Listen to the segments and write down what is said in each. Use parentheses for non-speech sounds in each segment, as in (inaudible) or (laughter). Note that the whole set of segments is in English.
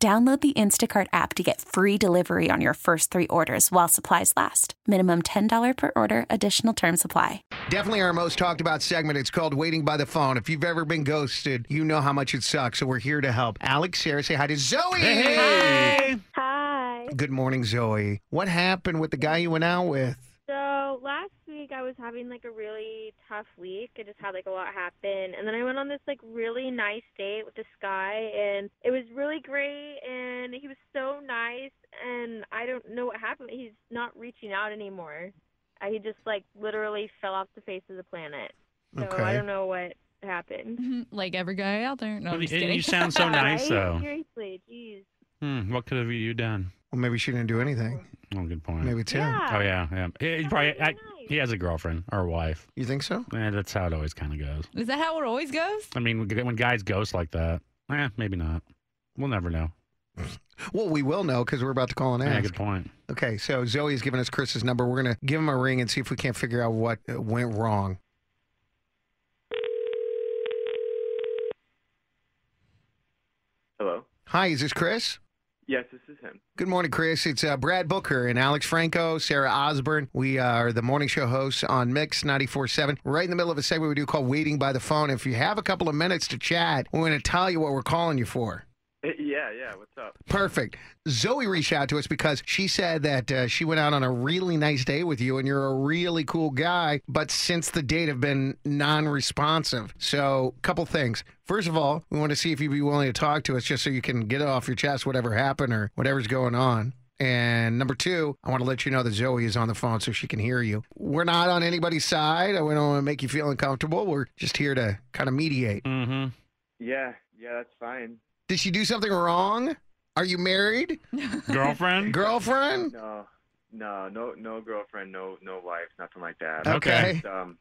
Download the Instacart app to get free delivery on your first three orders while supplies last. Minimum $10 per order, additional term supply. Definitely our most talked about segment. It's called Waiting by the Phone. If you've ever been ghosted, you know how much it sucks. So we're here to help. Alex here, say hi to Zoe. Hi. Good morning, Zoe. What happened with the guy you went out with? So last week I was having like a really tough week. I just had like a lot happen. And then I went on this like really nice date with this guy and it was really great and he was so nice and I don't know what happened. He's not reaching out anymore. Uh, He just like literally fell off the face of the planet. So Okay. I don't know what happened. (laughs) like every guy out there. No, I'm just And kidding. (laughs) you sound so Yeah, nice, right? though. Seriously, jeez. Hmm, what could have you done? Well, maybe she didn't do anything. Oh, good point. Maybe it's him. Yeah. Oh yeah, yeah. He, he That probably would be I, nice. he has a girlfriend or a wife. You think so? Eh, that's how it always kind of goes. Is that how it always goes? I mean, when when guys ghost like that, eh, maybe not. We'll never know. Well, we will know because we're about to call and Yeah, ask. good point. Okay, so Zoe's given us Chris's number. We're going to give him a ring and see if we can't figure out what uh, went wrong. Hello. Hi, is this Chris? Yes, this is him. Good morning, Chris. It's uh, Brad Booker and Alex Franco, Sarah Osborne. We are the morning show hosts on Mix 94.7. Right in the middle of a segment we do called Waiting by the Phone. If you have a couple of minutes to chat, we're going to tell you what we're calling you for. Eh, (laughs) Yeah, yeah. What's up? Perfect. Zoe reached out to us because she said that uh, she went out on a really nice day with you and you're a really cool guy, but since the date have been non responsive. So, couple things. First of all, we want to see if you'd be willing to talk to us just so you can get it off your chest, whatever happened or whatever's going on. And number two, I want to let you know that Zoe is on the phone so she can hear you. We're not on anybody's side. I don't want to make you feel uncomfortable. We're just here to kind of mediate. Mm-hmm. Yeah, yeah. That's fine. Did she do something wrong? Are you married? Girlfriend. (laughs) Girlfriend? No, no, no, no girlfriend, no, no wife, nothing like that. Okay. Just, um,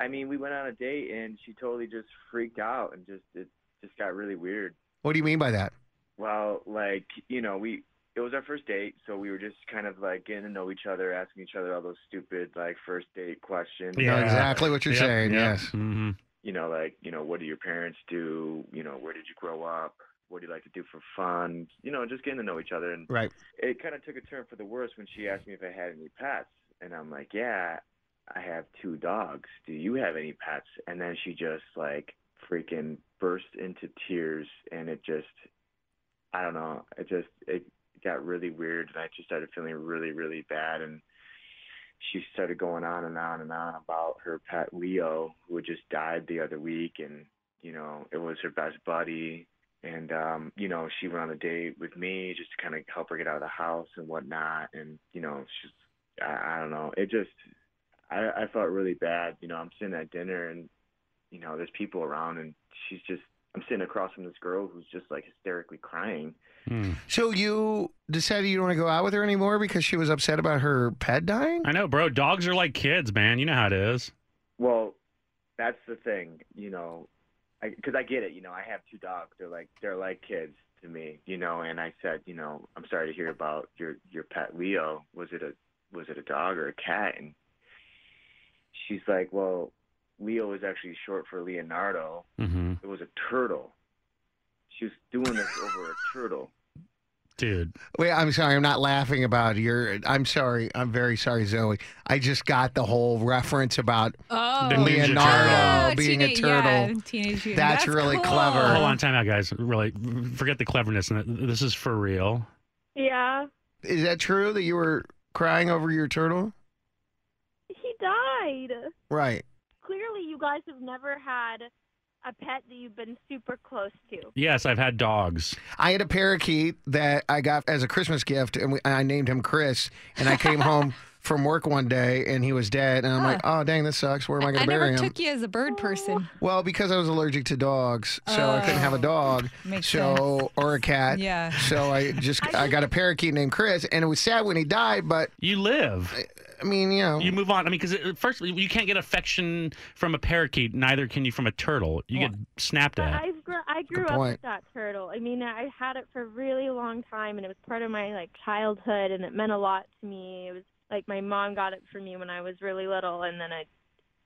I mean, we went on a date and she totally just freaked out and just it just got really weird. What do you mean by that? Well, like you know, we it was our first date, so we were just kind of like getting to know each other, asking each other all those stupid like first date questions. Know Yeah. exactly what you're Yep, saying. yep. Yes. Mhm. you know, like, you know, what do your parents do? You know, where did you grow up? What do you like to do for fun? You know, just getting to know each other. And Right. it kind of took a turn for the worse when she asked me if I had any pets. And I'm like, yeah, I have two dogs. Do you have any pets? And then she just like freaking burst into tears. And it just, I don't know, it just, it got really weird. And I just started feeling really, really bad. And she started going on and on and on about her pet Leo, who had just died the other week, and you know it was her best buddy. And um, you know she went on a date with me just to kind of help her get out of the house and whatnot. And you know she's I, I don't know it just I, I felt really bad. You know I'm sitting at dinner and you know there's people around and she's just I'm sitting across from this girl who's just like hysterically crying. Hmm. So you decided you don't want to go out with her anymore because she was upset about her pet dying? I know, bro. Dogs are like kids, man. You know how it is. Well, that's the thing, you know, because I, get it. You know, I have two dogs. They're like they're like kids to me, you know. And I said, you know, I'm sorry to hear about your your pet Leo. Was it a was it a dog or a cat? And she's like, well, Leo is actually short for Leonardo. Mm-hmm. It was a turtle. She was doing this over a turtle. Dude. Wait, I'm sorry. I'm not laughing about your. I'm sorry. I'm very sorry, Zoe. I just got the whole reference about. (laughs) Oh, Ah, The Ninja Leonardo being a teenage- turtle. yeah, teenage years. That's really clever. Hold on, time out, guys. Really, forget the cleverness. This is for real. Yeah. Is that true that you were crying over your turtle? He died. Right. clearly you guys have never had a pet that you've been super close to. Yes, I've had dogs. I (laughs) had a parakeet that I got as a Christmas gift, and we, I named him Chris. And I came home from work one day and he was dead. And I'm like, oh, dang, this sucks. Where am I going I to bury never him? took you as a bird person. well, because I was allergic to dogs, so I couldn't have a Oh. dog. Makes so or a cat. Yeah. So I just I got a parakeet named Chris, and it was sad when he died, but You live. I mean, you know, You move on. I mean, because first you can't get affection from a parakeet. Neither can you from a turtle. You get snapped But at. I grew, I grew up point. with that turtle. I mean, I had it for a really long time, and it was part of my like childhood, and it meant a lot to me. It was like my mom got it for me when I was really little, and then I,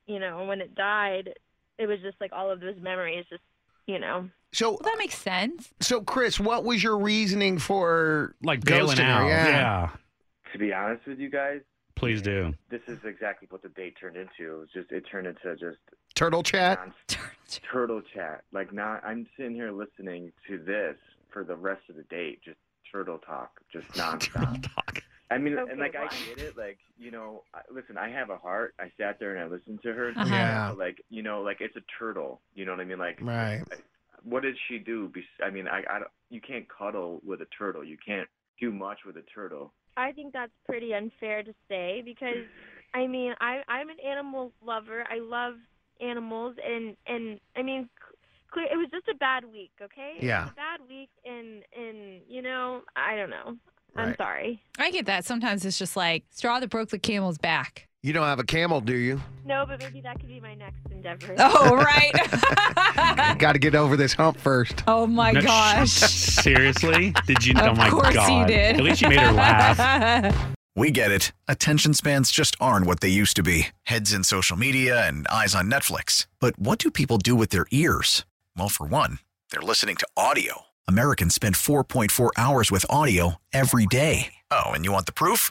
you know, when it died, it was just like all of those memories, just you know. so Well, that makes sense. (laughs) so Chris, what was your reasoning for Like Ghosting bailing her, out. yeah. To be honest with you guys, Please do. this is exactly what the date turned into. It was just it turned into just turtle chat? non- turtle chat. Like not, I'm sitting here listening to this for the rest of the date, just turtle talk, just Turtle nonstop. talk. I mean, Okay, and like I wow. get it. Like you know, I, listen, I have a heart. I sat there and I listened to her. Uh-huh. Yeah. but, Like you know, like it's a turtle. You know what I mean? Like Right. what did she do? Be- I mean, I, I don't- you can't cuddle with a turtle. You can't do much with a turtle. I think that's pretty unfair to say because I mean I I'm an animal lover. I love animals and and I mean c- clear it was just a bad week, okay? It was Yeah. a bad week and and you know, I don't know. I'm Right. sorry. I get that. Sometimes it's just like straw that broke the (laughs) camel's back. You don't have a camel, do you? No, but maybe that could be my next (laughs) endeavor. Oh right. (laughs) Got to get over this hump first. oh my No, gosh. (laughs) Seriously? Did you? oh Of my course god! you did. At least you made (laughs) her laugh. We get it. Attention spans just aren't what they used to be heads in social media and eyes on Netflix. But what do people do with their ears? Well, for one, they're listening to audio. Americans spend 4.4 hours with audio every day. Oh, and you want the proof?